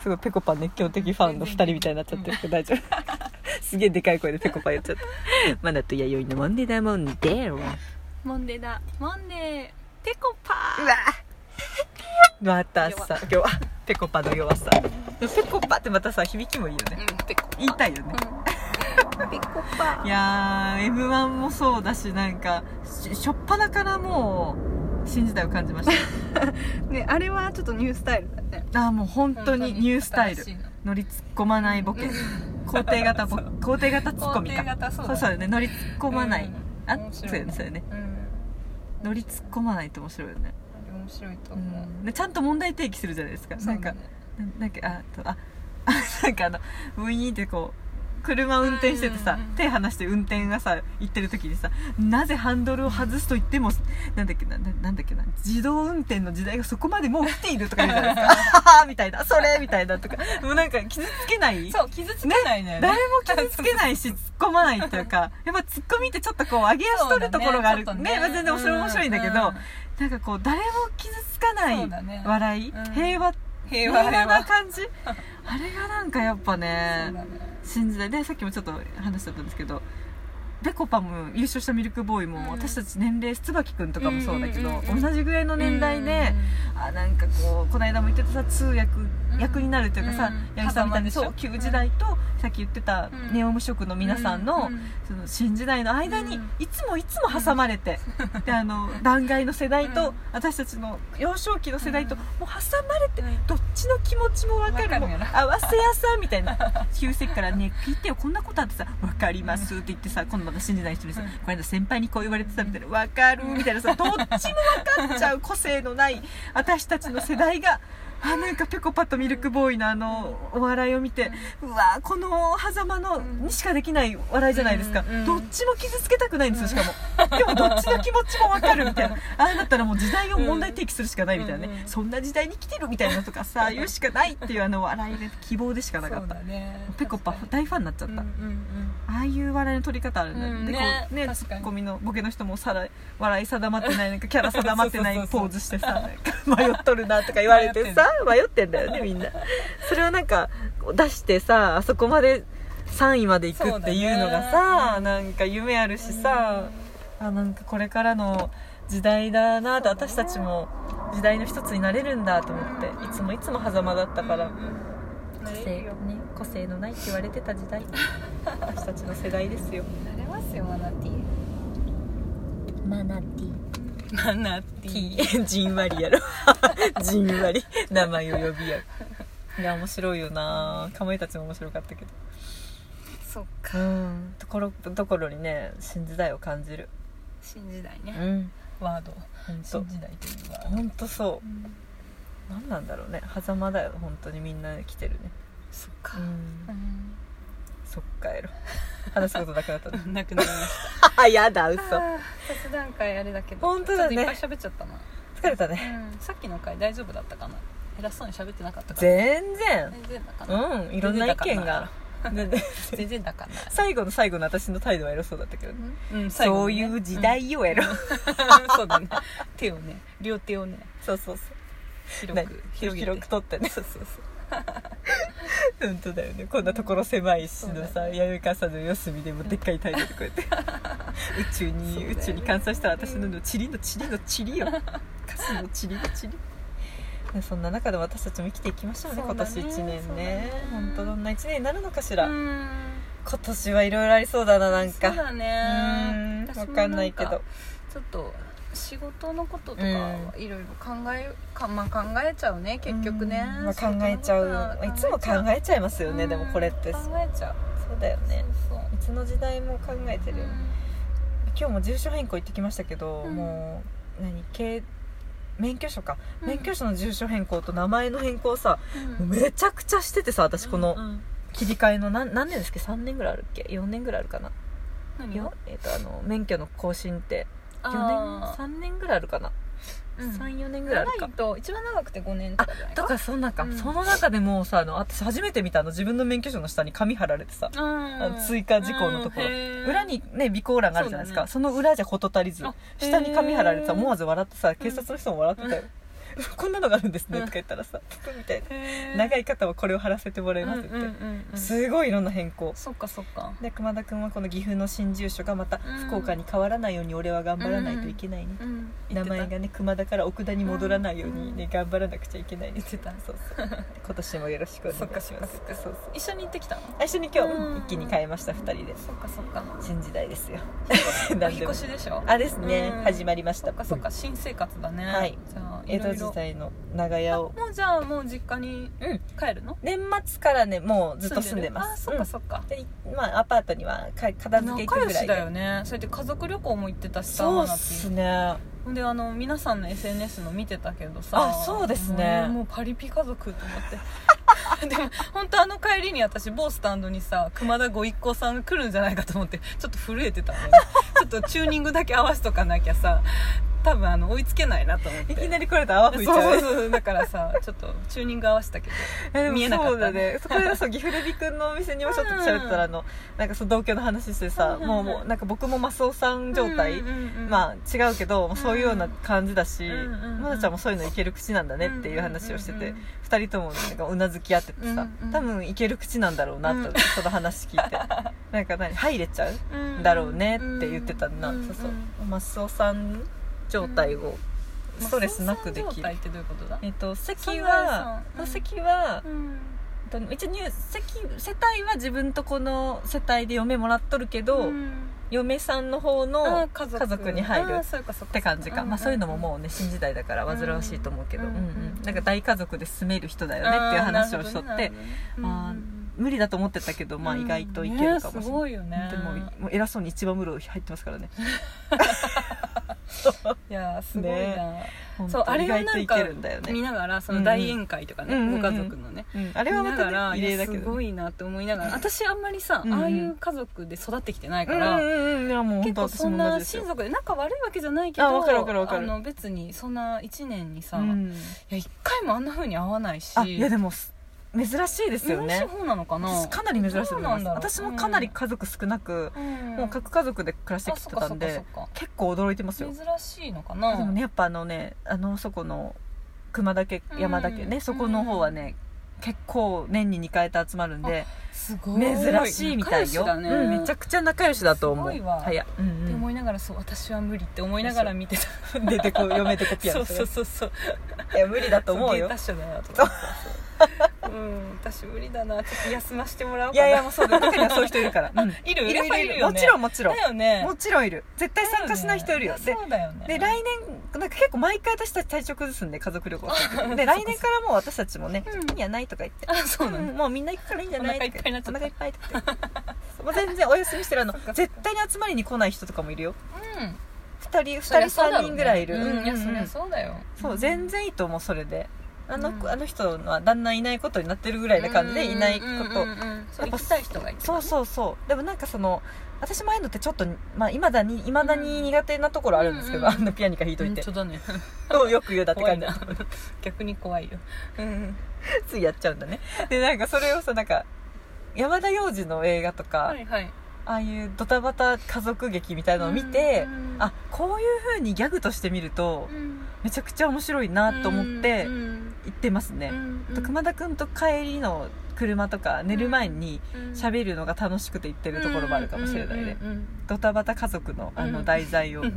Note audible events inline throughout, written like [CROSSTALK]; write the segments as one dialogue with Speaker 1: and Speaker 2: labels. Speaker 1: すごいぺこぱ熱狂的ファンの2人みたいになっちゃってるけど大丈夫 [LAUGHS] すげえでかい声でぺこぱ言っちゃった「マナと弥生のモンデーだモンデー」うわ
Speaker 2: モンデーだモンデーペコパ
Speaker 1: またさ今日はぺこぱの弱さぺこぱってまたさ響きもいいよね
Speaker 2: うんペコパ
Speaker 1: 言いたいよね
Speaker 2: うんペコパ
Speaker 1: いやー m 1もそうだしなんかししょっぱなからもう新時代を感じまし [LAUGHS]
Speaker 2: ねあれはちょっとニュースタイルだね
Speaker 1: たあーもう本当にニュースタイル
Speaker 2: 新しいな
Speaker 1: 乗り突っ込まないボケ肯定型 [LAUGHS] ボ
Speaker 2: そう
Speaker 1: 肯定型ツッコミ
Speaker 2: 肯定
Speaker 1: か
Speaker 2: 型そう
Speaker 1: そう
Speaker 2: だ
Speaker 1: そうだね乗り突っ込まない、
Speaker 2: うん
Speaker 1: あ
Speaker 2: 面
Speaker 1: そ
Speaker 2: 白いう
Speaker 1: よねそうよね
Speaker 2: うん
Speaker 1: 乗り突っ込まないって面白いよね、
Speaker 2: 面白いと
Speaker 1: う、
Speaker 2: 思うん
Speaker 1: でちゃんと問題提起するじゃないですか、
Speaker 2: そ
Speaker 1: な
Speaker 2: うんだ
Speaker 1: か
Speaker 2: ね
Speaker 1: ななんかあとあ [LAUGHS] あなんかあのウィーンってこう車運転しててさ、
Speaker 2: うんうんうん
Speaker 1: 手離して運転がさ行ってる時にさなぜハンドルを外すと言ってもなんだっけなななんだっけな自動運転の時代がそこまでもう来ているとか言うじゃないですかはは
Speaker 2: [LAUGHS]
Speaker 1: はみたいなそれみたいなとかもうなんか傷つけない
Speaker 2: そう傷つけないのよ
Speaker 1: 誰
Speaker 2: ね
Speaker 1: も傷つけないし突っ込まないというかやっぱ突っ込みってちょっとこう上げ足取るところがある
Speaker 2: そ
Speaker 1: ね
Speaker 2: う
Speaker 1: ま
Speaker 2: だねちょっとね
Speaker 1: あ全然面白い面白いんだけど、
Speaker 2: うんうん
Speaker 1: なんかこう誰も傷つかな
Speaker 2: そう
Speaker 1: い
Speaker 2: だね
Speaker 1: 笑い、
Speaker 2: うん
Speaker 1: 平和
Speaker 2: 平和平和
Speaker 1: な感
Speaker 2: [LAUGHS]
Speaker 1: じあれがなんかやっぱ
Speaker 2: そう
Speaker 1: ね
Speaker 2: だね
Speaker 1: 新時代でさっきもちょっと話しちゃったんですけどぺこぱも優勝したミルクボーイも、
Speaker 2: うん
Speaker 1: 私たち年齢椿君とかもそうだけど、
Speaker 2: うんうんうんうん
Speaker 1: 同じぐらいの年代で、あなんかこうこの間も言ってたさ通訳、
Speaker 2: ん
Speaker 1: 役になるというかさ、
Speaker 2: うん
Speaker 1: 八木さんみたいに
Speaker 2: 狭
Speaker 1: そ
Speaker 2: 間
Speaker 1: う
Speaker 2: でしょ
Speaker 1: 旧時代と、さっき言ってた
Speaker 2: うん
Speaker 1: ネオ無職の皆さん
Speaker 2: うん
Speaker 1: の,、
Speaker 2: うん
Speaker 1: その新時代の間に、
Speaker 2: うん
Speaker 1: いつもいつも挟まれて、であ
Speaker 2: [LAUGHS]
Speaker 1: の断崖の世代と、
Speaker 2: うん
Speaker 1: 私たちの幼少期の世代と、
Speaker 2: うん
Speaker 1: もう挟まれて、
Speaker 2: うん
Speaker 1: どっちの気持ちも分かる
Speaker 2: わか
Speaker 1: も
Speaker 2: る
Speaker 1: う
Speaker 2: よな
Speaker 1: 合わせ屋さんみたいな旧世紀からね聞いてよこんなことあってさ「分かります」って言ってさ今度また信じない人にさ
Speaker 2: うん
Speaker 1: 「これ間先輩にこう言われてた」みたいな「分かる」みたいなさどっちも分かっちゃう個性のない私たちの世代が。あなんかぺこぱとミルクボーイのあのお笑いを見てうわこの狭間の
Speaker 2: うん
Speaker 1: にしかできない笑いじゃないですか、
Speaker 2: うんうん
Speaker 1: どっちも傷つけたくないんですよしかも、でもどっちの気持ちも分かるみたいなああだったらもう時代を問題提起するしかないみたいなね、
Speaker 2: うんうん
Speaker 1: そんな時代に来てるみたいなとかさ言うしかないっていうあの笑いで希望でしかなか
Speaker 2: そ
Speaker 1: っ
Speaker 2: う
Speaker 1: た
Speaker 2: だね
Speaker 1: ぺこぱ大ファンになっちゃっ
Speaker 2: うん
Speaker 1: た、
Speaker 2: うんうん
Speaker 1: ああいう笑いの取り方あるね,、
Speaker 2: うん
Speaker 1: でこう
Speaker 2: ね
Speaker 1: ねツ
Speaker 2: 確かに
Speaker 1: ッコミのボケの人もさら笑い定まってないなんかキャラ定まってな
Speaker 2: そう
Speaker 1: い
Speaker 2: そうそう
Speaker 1: ポーズしてさなんか迷っとるなとか言われてさ迷ってんだよねみんなそれをなんかこう出してさあそこまで3位まで行くっていうのがさ、なんか夢あるしさ、あなんかこれからの時代だなと私たちも時代の一つになれるんだと思っていつもいつも狭間だったから。
Speaker 2: な
Speaker 1: 個
Speaker 2: れ
Speaker 1: 性
Speaker 2: る
Speaker 1: ね
Speaker 2: よ
Speaker 1: 個性のないって言われてた時代私たちの世代ですよ
Speaker 2: なれますよマナティ
Speaker 1: マナティ
Speaker 2: マナテ
Speaker 1: ー [LAUGHS] じんわりやろじんわり名前を呼びやいや面白いよなかまいたちも面白かったけど
Speaker 2: そう
Speaker 1: うんところどころにね新時代を感じる
Speaker 2: 新時代
Speaker 1: う
Speaker 2: ね
Speaker 1: ん
Speaker 2: ワード
Speaker 1: 本当
Speaker 2: 新時代というワード
Speaker 1: 本当そ
Speaker 2: うん
Speaker 1: う何なんだろうね狭間だよ本当にみんな来てるね
Speaker 2: そっか
Speaker 1: ん
Speaker 2: う
Speaker 1: そっかえろ話すことなくなった
Speaker 2: んなくなりました
Speaker 1: あ [LAUGHS] やだ嘘
Speaker 2: 雑談会あれだけど
Speaker 1: 本当だね
Speaker 2: ちょっといっぱい喋っちゃったな
Speaker 1: 疲れたね
Speaker 2: うんさっきの回大丈夫だったかな偉そうに喋ってなかったかな
Speaker 1: 全然
Speaker 2: 全然だかな
Speaker 1: うんいろんな意見が全然
Speaker 2: 全然だかな
Speaker 1: 最後の最後の私の態度はエロそうだったけど、ね、
Speaker 2: うん最
Speaker 1: そ
Speaker 2: 後
Speaker 1: う
Speaker 2: に
Speaker 1: い
Speaker 2: ね
Speaker 1: う時代よエロ、
Speaker 2: うん
Speaker 1: [LAUGHS]
Speaker 2: そうだね手をね両手をね
Speaker 1: そうそうそう
Speaker 2: 広く
Speaker 1: 広
Speaker 2: 広げ
Speaker 1: 広
Speaker 2: て
Speaker 1: く取ってねそうそうそう本当だよねこんなところ狭いしの
Speaker 2: そうだ
Speaker 1: さ、弥生母さんの四隅でもでっかい態度でこうやって宇宙に、
Speaker 2: そうだよ
Speaker 1: 宇
Speaker 2: ね
Speaker 1: 宙に換算したら私ののチリのチリのチリよカスのチリのチリそんな中で私たちも生きていきましょうね
Speaker 2: そう
Speaker 1: 今
Speaker 2: だ
Speaker 1: 年
Speaker 2: ね
Speaker 1: 1年
Speaker 2: そうだ
Speaker 1: ね
Speaker 2: ね
Speaker 1: 本当どんな1年になるのかしら、
Speaker 2: うん
Speaker 1: 今年はいろいろありそうだななん
Speaker 2: そ
Speaker 1: か
Speaker 2: うだ
Speaker 1: う
Speaker 2: ね
Speaker 1: んわかんないけ
Speaker 2: 私も
Speaker 1: ど
Speaker 2: んかちょっと仕事のこととか
Speaker 1: うん
Speaker 2: いろいろ考えか、まあ、考えちゃうね結局ね、
Speaker 1: うんまあ、考えちゃうよいつも考えちゃいます
Speaker 2: え
Speaker 1: よね、でもこれって
Speaker 2: 考
Speaker 1: そう
Speaker 2: えちゃう
Speaker 1: だよね
Speaker 2: そう
Speaker 1: いつの時代も考えて
Speaker 2: そう
Speaker 1: るよね今日も住所変更行ってきましたけど、
Speaker 2: うん
Speaker 1: もう何け免許証か、
Speaker 2: うん
Speaker 1: 免許証の住所変更と名前の変更さ、
Speaker 2: うんうん
Speaker 1: めちゃくちゃしててさ私こ
Speaker 2: う
Speaker 1: の
Speaker 2: ん
Speaker 1: 切り替えの何何年ですっけ3年ぐらいあるっけ4年ぐらいあるかな、
Speaker 2: 何
Speaker 1: よ
Speaker 2: を
Speaker 1: えっとあの免許の更新って4年
Speaker 2: あ
Speaker 1: 3年ぐらいあるかな、
Speaker 2: ーうん
Speaker 1: 34年ぐらいあるか
Speaker 2: 長いと一番長くて5年とかじゃない
Speaker 1: と
Speaker 2: か
Speaker 1: かそんなんか、
Speaker 2: うん
Speaker 1: その中でもうさあの私初めて見たあの自分の免許証の下に紙貼られてさあ
Speaker 2: う
Speaker 1: の
Speaker 2: ん
Speaker 1: 追加事項のところ
Speaker 2: うんへー
Speaker 1: 裏にね備考欄があるじゃないですかそ,、の裏じゃ事足りず
Speaker 2: あ
Speaker 1: 下に紙貼られてさ
Speaker 2: へー
Speaker 1: 思わず笑ってさ警察の人も笑ってたよ、 「 [LAUGHS] こんなのがあるんですね」とか言ったらさ「ププ」みたいな「長
Speaker 2: い
Speaker 1: い方はこれを貼らせてもらいます」って言って、すごいいろんな変更
Speaker 2: そっかそっか
Speaker 1: で熊田君はこの岐阜の新住所がまた
Speaker 2: うん
Speaker 1: 福岡に変わらないように俺は頑張らないといけないね、
Speaker 2: うん
Speaker 1: 名前がね熊田から奥田に戻らないようにね、
Speaker 2: う
Speaker 1: 頑張らなくちゃいけないね
Speaker 2: 言ってた
Speaker 1: そうそう今年もよろしくお願いし
Speaker 2: そっか
Speaker 1: ます
Speaker 2: そっかそっか
Speaker 1: そうそう
Speaker 2: 一緒に行ってきたの
Speaker 1: あ一緒に今日、
Speaker 2: うん
Speaker 1: 一気に変えました2人で
Speaker 2: そっかそっか
Speaker 1: 新時代 [LAUGHS] ですよ
Speaker 2: お
Speaker 1: 何
Speaker 2: 引
Speaker 1: で
Speaker 2: っ
Speaker 1: も
Speaker 2: 越しでしょ
Speaker 1: あですね、
Speaker 2: うん
Speaker 1: 始まりまし
Speaker 2: そ
Speaker 1: た
Speaker 2: っかそっか新生活だね
Speaker 1: はい
Speaker 2: じゃあ
Speaker 1: 江
Speaker 2: いろ
Speaker 1: 戸
Speaker 2: いろ
Speaker 1: 時代の長屋を
Speaker 2: あもうじゃあもう実家に
Speaker 1: うん
Speaker 2: 帰るの
Speaker 1: 年末からねもうずっと住んで
Speaker 2: るあ
Speaker 1: ます
Speaker 2: そっかそっか
Speaker 1: うんでまあアパートにはか片付け行
Speaker 2: 仲
Speaker 1: く
Speaker 2: 良
Speaker 1: ぐらい
Speaker 2: し
Speaker 1: で
Speaker 2: だよねそれで家族旅行も行ってたしさ
Speaker 1: そうっす
Speaker 2: 真
Speaker 1: ね
Speaker 2: 夏であの皆さんの SNS の見てたけどさ
Speaker 1: あそうですね
Speaker 2: もうもうパリピ家族と思って [LAUGHS] でも本当あの帰りに私某スタンドにさ熊田ご一行さんが来るんじゃないかと思ってちょっと震えてたの
Speaker 1: [LAUGHS]
Speaker 2: ねちょっとチューニングだけ合わせとかなきゃさ多分あの追いつけないなと思って
Speaker 1: いきなり来れたら泡
Speaker 2: [LAUGHS] そ
Speaker 1: 吹
Speaker 2: う
Speaker 1: いちゃう
Speaker 2: そうそうだからさちょっとチューニング合わせたけど
Speaker 1: えでも
Speaker 2: 見えなかった
Speaker 1: そうだねそこで [LAUGHS] そう岐阜レビ君のお店にもちょっと喋ってたらあのなんかその同居の話してさ、
Speaker 2: うんうんうん
Speaker 1: もうもうなんか僕もマスオさん状態、
Speaker 2: ま
Speaker 1: まあ違うけど、そういうような感じだし、
Speaker 2: うんうんうん
Speaker 1: まなちゃんもそういうのいける口なんだねっていう話をしてて、二人ともなんかうなずき合っててさ、
Speaker 2: うんうん
Speaker 1: 多分いける口なんだろうなと、
Speaker 2: うん
Speaker 1: その話聞
Speaker 2: [LAUGHS]
Speaker 1: いてなんか何入れちゃうだろうねって言ってたな、そうそうマスオさん状態をストレスなくできる、
Speaker 2: まあそうそう状態ってどういうことだ
Speaker 1: えっと席
Speaker 2: そんな
Speaker 1: は
Speaker 2: そううん
Speaker 1: 席は
Speaker 2: うん
Speaker 1: えっと一応入籍世帯は自分とこの世帯で嫁もらっとるけど、
Speaker 2: うん
Speaker 1: 嫁さんの方
Speaker 2: あ
Speaker 1: の
Speaker 2: ー家族
Speaker 1: 家族に入る
Speaker 2: あー
Speaker 1: っ
Speaker 2: そうかそうか
Speaker 1: て感じか、
Speaker 2: んん
Speaker 1: まあ、そういうのももうね新時代だから煩わしいと思うけど、う
Speaker 2: うんん
Speaker 1: うんなんか大家族で住める人だよねっていう話をしとっ
Speaker 2: あーな
Speaker 1: て、
Speaker 2: るほどね
Speaker 1: あー
Speaker 2: うんうん
Speaker 1: 無理だと思ってたけど、まあ、意外といけるかもしれない。
Speaker 2: ねすごいよね
Speaker 1: でももう偉そうに一番無料入ってますからね
Speaker 2: いやーすごいなそう
Speaker 1: 本当
Speaker 2: あれ
Speaker 1: 意
Speaker 2: は
Speaker 1: 外
Speaker 2: な
Speaker 1: と
Speaker 2: ん
Speaker 1: い
Speaker 2: か
Speaker 1: けるんだよね
Speaker 2: 見ながらその大宴会とかね
Speaker 1: うんうん
Speaker 2: ご家族のね
Speaker 1: うんあれはま
Speaker 2: 見なが
Speaker 1: た
Speaker 2: ら
Speaker 1: ね異例だけ
Speaker 2: いやす
Speaker 1: ど
Speaker 2: ご
Speaker 1: ね
Speaker 2: いなって思いながら私あんまりさ
Speaker 1: うんうん
Speaker 2: ああいう家族で育ってきてない
Speaker 1: うん
Speaker 2: か
Speaker 1: う
Speaker 2: ら
Speaker 1: んうんいやもう本
Speaker 2: 結
Speaker 1: 当
Speaker 2: 構
Speaker 1: 私
Speaker 2: そ
Speaker 1: も
Speaker 2: ん
Speaker 1: 同
Speaker 2: な
Speaker 1: じです
Speaker 2: 親
Speaker 1: よ、
Speaker 2: 族で仲悪いわけじゃないけど
Speaker 1: あわかるわかるわかる
Speaker 2: あの別にそんな1年にさ、
Speaker 1: う
Speaker 2: い
Speaker 1: ん、
Speaker 2: や1回もあんなふうに会わないし
Speaker 1: あいやでもす珍しいですよね
Speaker 2: 珍しい方なのかな
Speaker 1: かなり珍しいと思います私もかなり
Speaker 2: か、
Speaker 1: 家族少なく、
Speaker 2: うん
Speaker 1: もう各家族で暮らして
Speaker 2: あ
Speaker 1: き
Speaker 2: そ
Speaker 1: て
Speaker 2: っか
Speaker 1: た
Speaker 2: そ
Speaker 1: ん
Speaker 2: っか
Speaker 1: で
Speaker 2: そっか
Speaker 1: 結構驚いてますよ、
Speaker 2: 珍しいのかな
Speaker 1: でもねやっぱあのねあのそこの熊だけ
Speaker 2: うん
Speaker 1: 山だけね、そこの方はね、結構年に2回と集まるんで
Speaker 2: すごい
Speaker 1: 珍しいみたいよ、
Speaker 2: 仲良しだね、
Speaker 1: うん、めちゃくちゃ仲良しだと思う
Speaker 2: すごいわ
Speaker 1: 早うん
Speaker 2: って
Speaker 1: うん
Speaker 2: 思いながらそう私は無理って思いながら見てた
Speaker 1: 出てこう嫁とこピア
Speaker 2: そ
Speaker 1: ノ
Speaker 2: うそうそうそう
Speaker 1: いや無理だと思うよ
Speaker 2: 芸達者だなと思ってうん私無理だなちょっと休ませてもらおう
Speaker 1: い
Speaker 2: かな
Speaker 1: やいやもうそうだよ中にはそういう人いるから、 [LAUGHS] うん、い
Speaker 2: いる
Speaker 1: るい
Speaker 2: やっぱ
Speaker 1: るいる
Speaker 2: よ
Speaker 1: も
Speaker 2: ね
Speaker 1: ちろんもちろん
Speaker 2: だよね
Speaker 1: もちろんいる絶対参加しない人いるよ
Speaker 2: だ
Speaker 1: で
Speaker 2: ねそうだよね
Speaker 1: で来年なんか結構毎回私たち体調崩すんで家族旅行する時で来年からもう私たちもね
Speaker 2: うん
Speaker 1: 「いいんじゃない?」とか言って
Speaker 2: あそうなん
Speaker 1: う
Speaker 2: だ
Speaker 1: ん
Speaker 2: [LAUGHS]
Speaker 1: もうみんな行くからいいんじゃない?」
Speaker 2: お腹いっぱいになっち
Speaker 1: お
Speaker 2: ゃった
Speaker 1: 腹いっぱいとか言ってそうもう全然お休みしてるあの
Speaker 2: そっかそっか
Speaker 1: 絶対に集まりに来ない人とかもいるよ
Speaker 2: うん
Speaker 1: 2人
Speaker 2: そり
Speaker 1: 2
Speaker 2: ゃ
Speaker 1: 人
Speaker 2: そう
Speaker 1: 3
Speaker 2: だろうね
Speaker 1: 人ぐらいいる
Speaker 2: うんいや
Speaker 1: うんうん
Speaker 2: そりゃそうだよ
Speaker 1: そう全然いいと思うそれであの,、
Speaker 2: うん
Speaker 1: あの人はだんだんいないことになってるぐらいな感じでいないこと、
Speaker 2: うんうんうんうんそう行きたい人がいて
Speaker 1: そうそうそうでもなんかその私もああいうのってちょっとまあ、未だに未だに苦手なところあるんですけど、
Speaker 2: うんうん
Speaker 1: あのピアニカ弾いといて、 [LAUGHS]
Speaker 2: 本当だね
Speaker 1: よく言うだって
Speaker 2: 怖い
Speaker 1: 感じ
Speaker 2: な [LAUGHS] 逆に怖いようん
Speaker 1: ついやっちゃうんだねでなんかそれをさなんか山田洋次の映画とか、
Speaker 2: はいはい
Speaker 1: ああいうドタバタ家族劇みたいなのを見て、
Speaker 2: うん
Speaker 1: あこういう風にギャグとして見ると
Speaker 2: うん
Speaker 1: めちゃくちゃ面白いなと思って行ってますね、あと熊田君と帰りの車とか寝る前に喋るのが楽しくて行ってるところもあるかもしれないね、
Speaker 2: うんうんうん
Speaker 1: ドタバタ家族のあの
Speaker 2: うん
Speaker 1: 題材を、結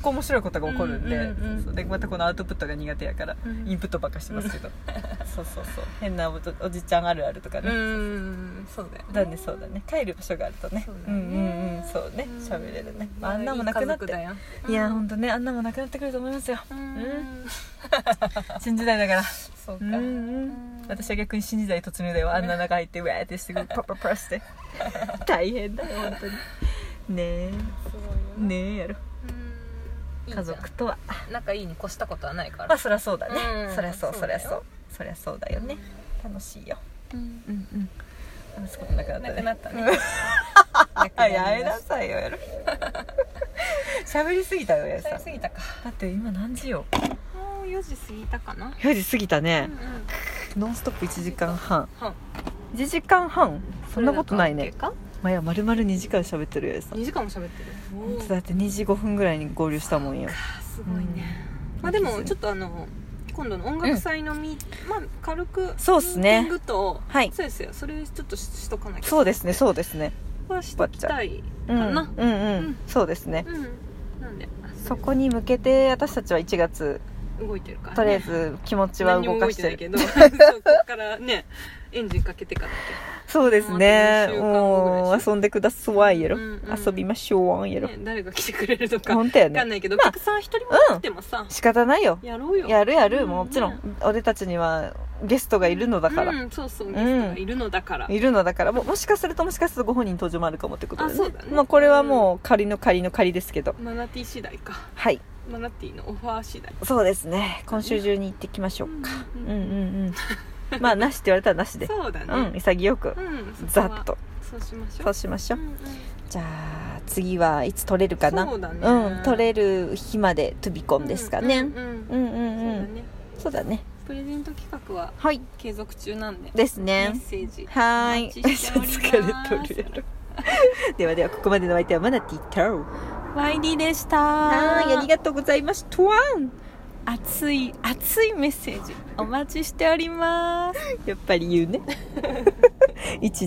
Speaker 1: 構面白いことが起こるんで,、
Speaker 2: うんうんうん
Speaker 1: そうでまたこのアウトプットが苦手やから、
Speaker 2: うん
Speaker 1: インプットばっかしてますけどそうそうそう変なおじおじちゃんあるあるとか
Speaker 2: うんう
Speaker 1: ね、 [LAUGHS]
Speaker 2: んそうだよ
Speaker 1: だねそうだね帰る場所があるとね
Speaker 2: そう
Speaker 1: う
Speaker 2: だね
Speaker 1: んうんうんそうね
Speaker 2: うん
Speaker 1: 喋れるね、まあ、あんなもなくなって
Speaker 2: いい家族だよ
Speaker 1: いや本
Speaker 2: 当
Speaker 1: 当ねあんなもなくなってくると思いますよ
Speaker 2: うん
Speaker 1: 新時代だから
Speaker 2: そう
Speaker 1: う
Speaker 2: か
Speaker 1: んうん私は逆に新時代突入だよあんな中入ってウェーってしてくるパッパッパッして大変だよ本当にねえ
Speaker 2: すごいよね
Speaker 1: ねえやろ
Speaker 2: うん
Speaker 1: 家族とはい
Speaker 2: いじゃん仲いいに越したことはない
Speaker 1: ま
Speaker 2: か
Speaker 1: あ
Speaker 2: ら
Speaker 1: そりゃそうだね、
Speaker 2: うん
Speaker 1: そりゃそう
Speaker 2: そ
Speaker 1: そうり
Speaker 2: だ
Speaker 1: ゃ
Speaker 2: よ
Speaker 1: そうそりゃそうだよね楽しいよ
Speaker 2: うん
Speaker 1: うんうん話すことなくなったね
Speaker 2: なくなったね
Speaker 1: あ
Speaker 2: [LAUGHS]
Speaker 1: やえなさ [LAUGHS] いよやろ喋りすぎたよや
Speaker 2: 疲
Speaker 1: さ
Speaker 2: れ
Speaker 1: ん
Speaker 2: すぎたか
Speaker 1: だって今何時よ
Speaker 2: もう4時過ぎたかな
Speaker 1: 4時過ぎたね
Speaker 2: うんう
Speaker 1: ノ
Speaker 2: ん
Speaker 1: ンストップ1時間半
Speaker 2: は
Speaker 1: 1時間半そんなことないね
Speaker 2: それだと OK か
Speaker 1: まあいやまるまる2時間喋ってるよやさん
Speaker 2: 2時間も喋ってるおー
Speaker 1: だって2時5分ぐらいに合流したもんよ
Speaker 2: すごいね
Speaker 1: うん
Speaker 2: まあでもちょっとあの今度の音楽祭のみ、まあ軽く
Speaker 1: そうっすね
Speaker 2: ミーティングと、
Speaker 1: はい
Speaker 2: そうですよそれちょっとししとかなきゃ
Speaker 1: そうですねそうですね
Speaker 2: はしときたいか
Speaker 1: うん、
Speaker 2: な
Speaker 1: うんうん、
Speaker 2: うん
Speaker 1: そうですね
Speaker 2: うん、なんで
Speaker 1: そこに向けて私たちは1月
Speaker 2: 動いてるから、ね、
Speaker 1: とりあえず気持ちは動かしてる
Speaker 2: [LAUGHS] 何にも動いてないけどそうこっからねエンジンかけてから
Speaker 1: そうですね
Speaker 2: もうあと
Speaker 1: もう
Speaker 2: 二週間後ぐらいし
Speaker 1: 遊んでくださいやろ、
Speaker 2: うんうん
Speaker 1: 遊びましょうやろ、
Speaker 2: ね誰が来てくれるのかわ
Speaker 1: 本当や
Speaker 2: かん
Speaker 1: ね
Speaker 2: ないけど、
Speaker 1: まあ
Speaker 2: お客さん一人も来てもさ、
Speaker 1: 仕方ないよ
Speaker 2: やろうよ
Speaker 1: やるやる、
Speaker 2: うん
Speaker 1: もちろん俺たちにはゲストがいるのだから、
Speaker 2: うん、そうそうゲストがいるのだから、
Speaker 1: いるのだからももしかするともしかするとご本人登場もあるかもってことで、ね
Speaker 2: あそうだね
Speaker 1: まあ、これはもう仮の仮の仮ですけど
Speaker 2: マナティー次第か
Speaker 1: はい
Speaker 2: マナティーのオファー次第
Speaker 1: そうですね今週中に行ってきましょうか、
Speaker 2: う
Speaker 1: うんん、うんうんまあなしって言われたらなしで
Speaker 2: そうだね
Speaker 1: うん潔く
Speaker 2: うんそこ
Speaker 1: ざ
Speaker 2: は
Speaker 1: っと
Speaker 2: そうしましょう
Speaker 1: そうしましょう、
Speaker 2: うんうん
Speaker 1: じゃあ次はいつ取れるかな
Speaker 2: そうだね
Speaker 1: ん取れる日まで飛び込んですかね、
Speaker 2: うん
Speaker 1: う
Speaker 2: う
Speaker 1: んう
Speaker 2: ん
Speaker 1: ん
Speaker 2: そう
Speaker 1: うんそ
Speaker 2: だね
Speaker 1: うだね
Speaker 2: プレゼント企画は
Speaker 1: はい
Speaker 2: 継続中なんで
Speaker 1: です
Speaker 2: メ
Speaker 1: ね
Speaker 2: ッセージ
Speaker 1: はーい
Speaker 2: お待ちしております
Speaker 1: 疲れとるやろ [LAUGHS] ではではここまでのお相手はマナティタウ
Speaker 2: イでした
Speaker 1: はいありがとうございますトワン
Speaker 2: 熱い熱いメッセージお待ちしております
Speaker 1: やっぱり言うね [LAUGHS] 一時